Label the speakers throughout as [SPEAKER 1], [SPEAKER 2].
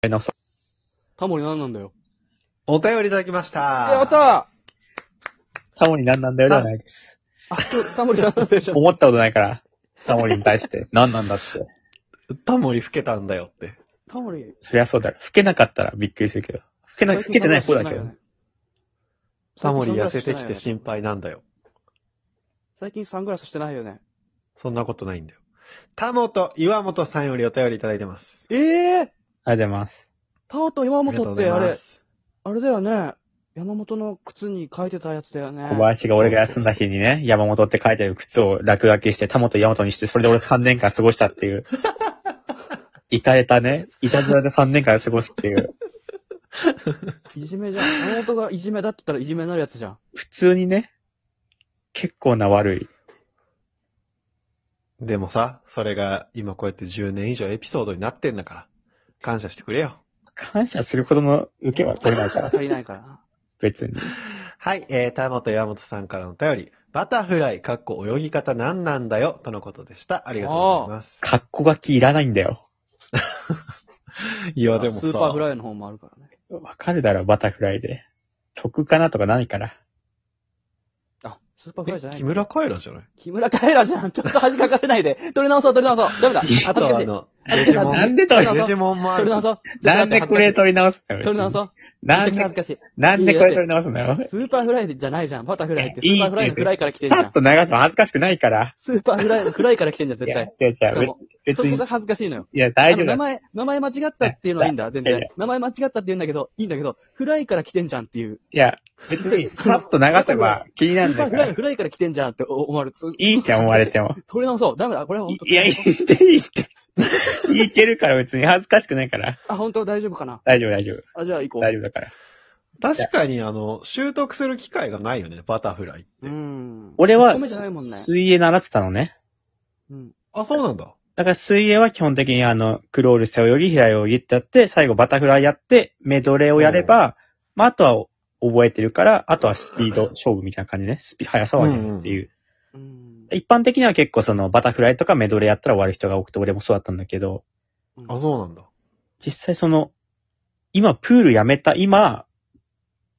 [SPEAKER 1] え、なさ。
[SPEAKER 2] タモリ何なんだよ。
[SPEAKER 3] お便りいただきました。
[SPEAKER 2] やった
[SPEAKER 1] タモリ何なんだよではないです。
[SPEAKER 2] あ、そうタモリ何なんでしょ。
[SPEAKER 1] 思ったことないから、タモリに対して、何 なんだって。
[SPEAKER 3] タモリ老けたんだよって。
[SPEAKER 2] タモリ。
[SPEAKER 1] そりゃそうだろ。老けなかったらびっくりするけど。老けな、老けてない方だけど。
[SPEAKER 3] タモリ痩せてきて心配なんだよ。
[SPEAKER 2] 最近サングラスしてないよね。
[SPEAKER 3] そんなことないんだよ。タモと岩本さんよりお便りいただいてます。
[SPEAKER 2] ええ
[SPEAKER 1] ありがとうございます。
[SPEAKER 2] タオと岩
[SPEAKER 3] ありがとう
[SPEAKER 2] 本っ
[SPEAKER 3] ござ
[SPEAKER 2] て
[SPEAKER 3] い
[SPEAKER 2] あ
[SPEAKER 3] ま
[SPEAKER 2] れ、
[SPEAKER 3] す。
[SPEAKER 2] あれだよね。山本の靴に書いてたやつだよね。
[SPEAKER 1] 小林が俺が休んだ日にね、山本って書いてある靴を落書きして、タモと山本にして、それで俺3年間過ごしたって いう。いかれたね、いたずらで3年間過ごすっていう。
[SPEAKER 2] いじめじゃん。山本がいじめだって言ったらいじめになるやつじゃん。
[SPEAKER 1] 普通にね、結構な悪い。
[SPEAKER 3] でもさ、それが今こうやって10年以上エピソードになってんだから、感謝してくれよ。
[SPEAKER 1] 感謝するほどの受けは取れないから、
[SPEAKER 2] 足りないからな。
[SPEAKER 1] 別に。
[SPEAKER 3] はい、えー、タモと岩本さんからのお便り、バタフライ、かっこ泳ぎ方何なんだよ、とのことでした。ありがとうございます。
[SPEAKER 1] 格好書きいらないんだよ。
[SPEAKER 3] いや、でも
[SPEAKER 2] ス
[SPEAKER 3] さ
[SPEAKER 2] ー、パーフライの方もあるからね。
[SPEAKER 1] わかるだろ、バタフライで。得かなとかないから。
[SPEAKER 2] あ、スーパーフライじゃ
[SPEAKER 3] え
[SPEAKER 2] ない。
[SPEAKER 3] 木村カエラじゃない
[SPEAKER 2] 木村カエラじゃん。ちょっと恥かかせないで。取り直そう、取り直そう。ダメだ。
[SPEAKER 3] あと
[SPEAKER 2] 恥
[SPEAKER 3] あ
[SPEAKER 2] ずかしい。
[SPEAKER 3] の、
[SPEAKER 2] 恥
[SPEAKER 3] デ
[SPEAKER 2] ず
[SPEAKER 3] ジ
[SPEAKER 2] か
[SPEAKER 3] モ
[SPEAKER 2] しい
[SPEAKER 1] なん
[SPEAKER 3] ン、
[SPEAKER 1] で取り
[SPEAKER 3] デジモンもあ
[SPEAKER 2] 取り
[SPEAKER 3] る
[SPEAKER 2] 直。そう。
[SPEAKER 1] なんでこれ
[SPEAKER 2] 取
[SPEAKER 1] 取り直すのよ。
[SPEAKER 2] り直そう。めちゃ
[SPEAKER 1] なん
[SPEAKER 2] くちゃ恥ずか
[SPEAKER 1] で、
[SPEAKER 2] しい。
[SPEAKER 1] なんでこれ取り直すのよ。
[SPEAKER 2] スーパーフライじゃないじゃん。バタフライって。ス
[SPEAKER 1] いやいい
[SPEAKER 2] ーパーフライのフライから来てんじゃ
[SPEAKER 1] パッ
[SPEAKER 2] ん。
[SPEAKER 1] と流すの恥ずかしくないから。
[SPEAKER 2] スーパーフライのフライから来てんじゃん、
[SPEAKER 1] い
[SPEAKER 2] 絶
[SPEAKER 1] や、
[SPEAKER 2] 対。
[SPEAKER 1] 違う違
[SPEAKER 2] しか
[SPEAKER 1] う
[SPEAKER 2] も。
[SPEAKER 1] 別
[SPEAKER 2] そ
[SPEAKER 1] 別
[SPEAKER 2] こ
[SPEAKER 1] に
[SPEAKER 2] が、恥ずかしいのよ。
[SPEAKER 1] いや、大丈
[SPEAKER 2] あの名
[SPEAKER 1] 夫だ。
[SPEAKER 2] 前、名前間違ったっていうのはいいんだ、全
[SPEAKER 1] いやい
[SPEAKER 2] 然
[SPEAKER 1] や。
[SPEAKER 2] 名前間違ったって言うんだけど、いいんだけど、フライから来てんじゃんっていう。
[SPEAKER 1] いや、別に、パッと流せば気に
[SPEAKER 2] ス
[SPEAKER 1] なる
[SPEAKER 2] ー
[SPEAKER 1] ん
[SPEAKER 2] パーフ
[SPEAKER 1] だ
[SPEAKER 2] ライ
[SPEAKER 1] から。
[SPEAKER 2] の
[SPEAKER 1] い
[SPEAKER 2] フライから来てんじゃんって思われる。そ
[SPEAKER 1] いじゃん、思われても。
[SPEAKER 2] 取り直そう。ダメだ、これは本当
[SPEAKER 1] いや、いいって、いいって。いけるから別に恥ずかしくないから。
[SPEAKER 2] あ、本当大丈夫かな。
[SPEAKER 1] 大丈夫、大丈夫。
[SPEAKER 2] あ、じゃあ行こ
[SPEAKER 1] 大丈夫だから。
[SPEAKER 3] 確かに、あの、習得する機会がないよね、バタフライ。
[SPEAKER 2] う。うーん。
[SPEAKER 1] 俺は
[SPEAKER 2] 一個目じゃないもんね。
[SPEAKER 1] 水泳習ってたのね。
[SPEAKER 2] うん。
[SPEAKER 3] あ、そうなんだ。
[SPEAKER 1] だから水泳は基本的にあの、クロール背泳ぎ、平泳ぎってやって、最後バタフライやって、メドレーをやれば、まあ、あとは覚えてるから、あとはスピード勝負みたいな感じね。スピ、速さを上げるっていう。
[SPEAKER 2] うん。
[SPEAKER 1] 一般的には結構その、バタフライとかメドレーやったら終わる人が多くて、俺もそうだったんだけど、
[SPEAKER 2] うん
[SPEAKER 3] あ、そうなんだ。
[SPEAKER 1] 実際その、今プールやめた今、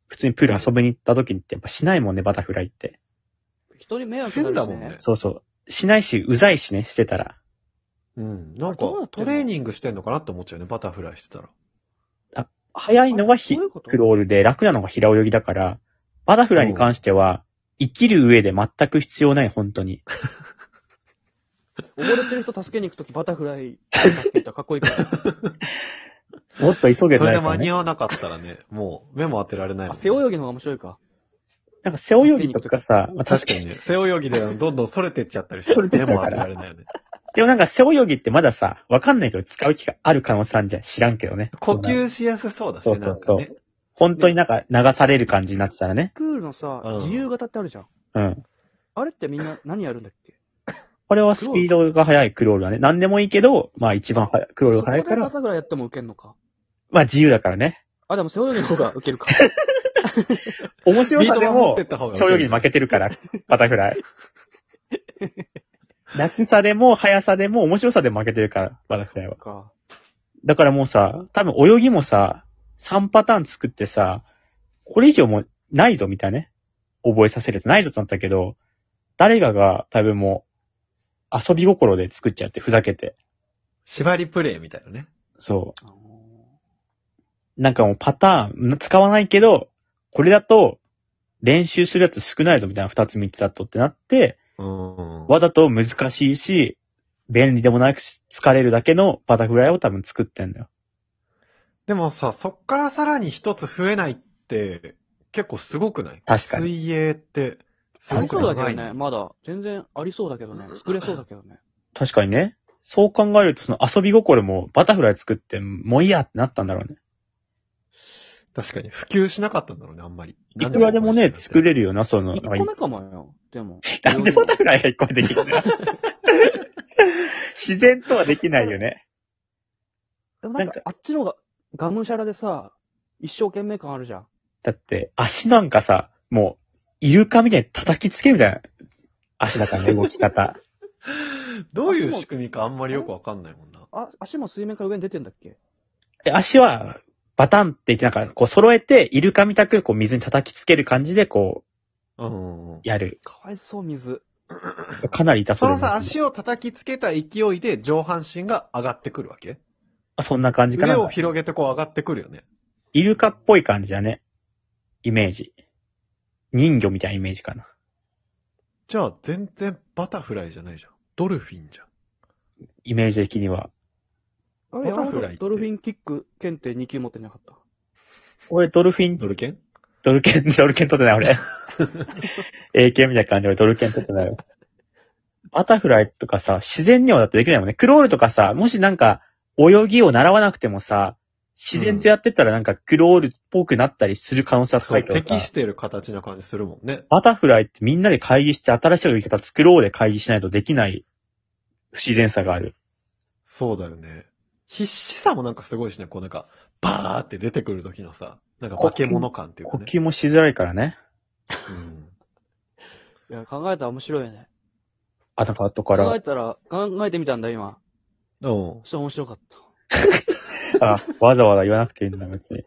[SPEAKER 1] 普通にプール遊びに行った時ってやっぱしないもんね、バタフライって。
[SPEAKER 2] 人に迷惑になるし
[SPEAKER 3] 変だもんね
[SPEAKER 1] そうそう。しないし、うざいしね、してたら。
[SPEAKER 3] うん。なんか
[SPEAKER 2] どうなっ、てん
[SPEAKER 3] ト
[SPEAKER 2] の
[SPEAKER 3] レーニングしてんのかなって思っちゃうよね、バタフライしてたら。
[SPEAKER 1] 早いのはひ
[SPEAKER 2] あそういうこと
[SPEAKER 1] クロールで、楽なのが平泳ぎだから、バタフライに関しては、生きる上で全く必要ない、本当に。
[SPEAKER 2] 溺れてる人助けに行くときバタフライ助けに行ったらかっこい いから。
[SPEAKER 1] もっと急
[SPEAKER 3] そ
[SPEAKER 1] げてな
[SPEAKER 3] れ
[SPEAKER 1] い
[SPEAKER 3] で
[SPEAKER 1] から、
[SPEAKER 3] 間に
[SPEAKER 1] ね。
[SPEAKER 3] 合わなかったらね、もう目も当てられないも
[SPEAKER 2] あ、
[SPEAKER 3] んね、
[SPEAKER 2] 背泳ぎの方が面白いか。
[SPEAKER 1] なんか背泳ぎとかさ、まあ確
[SPEAKER 3] 確
[SPEAKER 1] か
[SPEAKER 3] か
[SPEAKER 1] に。
[SPEAKER 3] にね。背泳ぎでどんどんそれてっちゃったりし て、
[SPEAKER 1] それてっ
[SPEAKER 3] 目
[SPEAKER 1] たから
[SPEAKER 3] も当てられないよね。
[SPEAKER 1] でもなんか背泳ぎってまださ、わかんないけど使う機会ある可能性あるじゃん。知らんけどね。
[SPEAKER 3] 呼吸しやすそうだし
[SPEAKER 1] そう
[SPEAKER 3] ね、
[SPEAKER 1] そう
[SPEAKER 3] な
[SPEAKER 1] そうん
[SPEAKER 3] かね。
[SPEAKER 1] 本当になんか流される感じになってたらね。
[SPEAKER 2] プールのさ
[SPEAKER 3] うん、
[SPEAKER 2] 自由形ってあるじゃん。
[SPEAKER 1] うん。
[SPEAKER 2] あれってみん な何やるんだっけ
[SPEAKER 1] これはスピードが速いクロールだね。なんでもいいけど、まあ一番速い、クロールが速いか
[SPEAKER 2] そこでバ
[SPEAKER 1] ら、
[SPEAKER 2] タフライやっても受けんのか。
[SPEAKER 1] まあ自由だからね。
[SPEAKER 2] あ、でも背泳ぎの方 が受けるか。
[SPEAKER 1] 面白さ
[SPEAKER 3] ビー
[SPEAKER 1] で
[SPEAKER 3] ト板持
[SPEAKER 1] も
[SPEAKER 3] ってった方、が
[SPEAKER 1] 背泳ぎに負けてるから、バタフ ライ。楽さでも、速さでも、面白さでも負けてるから、バタフライは。
[SPEAKER 2] か。
[SPEAKER 1] だからもうさ、多分泳ぎもさ、3パターン作ってさ、これ以上もうないぞ、みたいなね。覚えさせるやつないぞとなったけど、誰かが多分もう、遊び心で作っちゃって、ふざけて。
[SPEAKER 3] 縛りプレイみたいなね。
[SPEAKER 1] そ
[SPEAKER 2] あの
[SPEAKER 1] う。なんかもうパターン、使わないけど、これだと、練習するやつ少ないぞ、みたいな、2つ3つだとってなって、
[SPEAKER 3] うん。
[SPEAKER 1] わざと難しいし、便利でもなくし、疲れるだけのバタフライを多分作ってんだよ。
[SPEAKER 3] でもさ、そっからさらに一つ増えないって、結構すごくない
[SPEAKER 1] 確かに
[SPEAKER 3] 水泳って、す
[SPEAKER 2] ーあ
[SPEAKER 3] ご
[SPEAKER 2] り
[SPEAKER 3] く
[SPEAKER 2] そうだけ
[SPEAKER 3] 長い
[SPEAKER 2] どね、
[SPEAKER 3] ね。
[SPEAKER 2] まだ。全然ありそうだけどね。作れそうだけどね。
[SPEAKER 1] 確かにね。そう考えると、その遊び心もバタフライ作って、もういいやってなったんだろうね。
[SPEAKER 3] 確かに。普及しなかったんだろうね、あんまり。
[SPEAKER 1] いくらでもね、作れるよな、その、
[SPEAKER 2] 一
[SPEAKER 1] なん
[SPEAKER 2] 個
[SPEAKER 1] か
[SPEAKER 2] 目かもよ。でも。
[SPEAKER 1] なんでバタフライが一個できるの 自然とはできないよね。
[SPEAKER 2] でもなん
[SPEAKER 1] なん
[SPEAKER 2] か、
[SPEAKER 1] か
[SPEAKER 2] あっちの方が、がむしゃらでさ、一生懸命感あるじゃん。
[SPEAKER 1] だって、足なんかさ、もう、イルカみたいに叩きつけるみたいな足だからね、動き方。
[SPEAKER 3] どういう仕組みかあんまりよくわかんないもんな。
[SPEAKER 2] あ、足も水面から上に出てんだっけ
[SPEAKER 1] で足は、バタンって言って、なんか、こう揃えて、イルカみたく、こう水に叩きつける感じで、こ
[SPEAKER 3] うんうん。
[SPEAKER 1] う、やる。
[SPEAKER 2] かわいそう、水。
[SPEAKER 1] かなり痛そ
[SPEAKER 3] そうの
[SPEAKER 1] です、
[SPEAKER 3] さ、足を叩きつけた勢いで上半身が上がってくるわけ
[SPEAKER 1] あそんな感じか
[SPEAKER 3] 腕
[SPEAKER 1] な。
[SPEAKER 3] を広げてこう上がってくるよね。
[SPEAKER 1] イルカっぽい感じだね。イメージ。人魚みたいなイメージかな。
[SPEAKER 3] じゃあ全然バタフライじゃないじゃん。ドルフィンじゃん。
[SPEAKER 1] イメージ的には。
[SPEAKER 2] あれ、
[SPEAKER 3] バタフライって
[SPEAKER 2] ドルフィンキック検定2級持ってなかった。
[SPEAKER 1] 俺、ドルフィン、
[SPEAKER 3] ドルケン
[SPEAKER 1] ドルケン、 ドルケン取ってない俺。英検みたいな感じで俺ドルケン取ってないよ。バタフライとかさ、自然にはだってできないもんね。クロールとかさ、もしなんか、泳ぎを習わなくてもさ、自然とやってったらなんかクロールっぽくなったりする可能性は高
[SPEAKER 3] そう
[SPEAKER 1] いけどさ
[SPEAKER 3] 適してる形な感じするもんね。
[SPEAKER 1] バタフライってみんなで会議して新しい泳ぎ方作ろうで会議しないとできない不自然さがある。
[SPEAKER 3] そうだよね。必死さもなんかすごいしね、こうなんか、バーって出てくる時のさ、なんか化け物感っていう
[SPEAKER 1] 呼
[SPEAKER 3] かね。
[SPEAKER 1] 吸もしづらいからね。
[SPEAKER 3] うん
[SPEAKER 2] いや、考えたら面白いよね。
[SPEAKER 1] あ、なんか後か
[SPEAKER 2] 考
[SPEAKER 1] ら
[SPEAKER 2] え、たら、考えてみたんだ、今。
[SPEAKER 3] うん
[SPEAKER 2] そ。したら面白かった。
[SPEAKER 1] あ、わざわざ言わなくていいんだ、別に。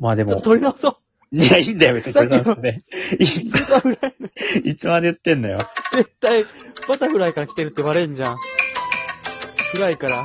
[SPEAKER 1] まあで
[SPEAKER 2] ちょっ
[SPEAKER 1] も
[SPEAKER 2] と、取り直そ
[SPEAKER 1] いや、いいんだよ、別に。
[SPEAKER 2] さっきの
[SPEAKER 1] それなんですねいつ
[SPEAKER 2] う。バタフライ、
[SPEAKER 1] いつまで言ってんのよ。
[SPEAKER 2] 絶対、バタフライから来てるってバレんじゃん。フライから。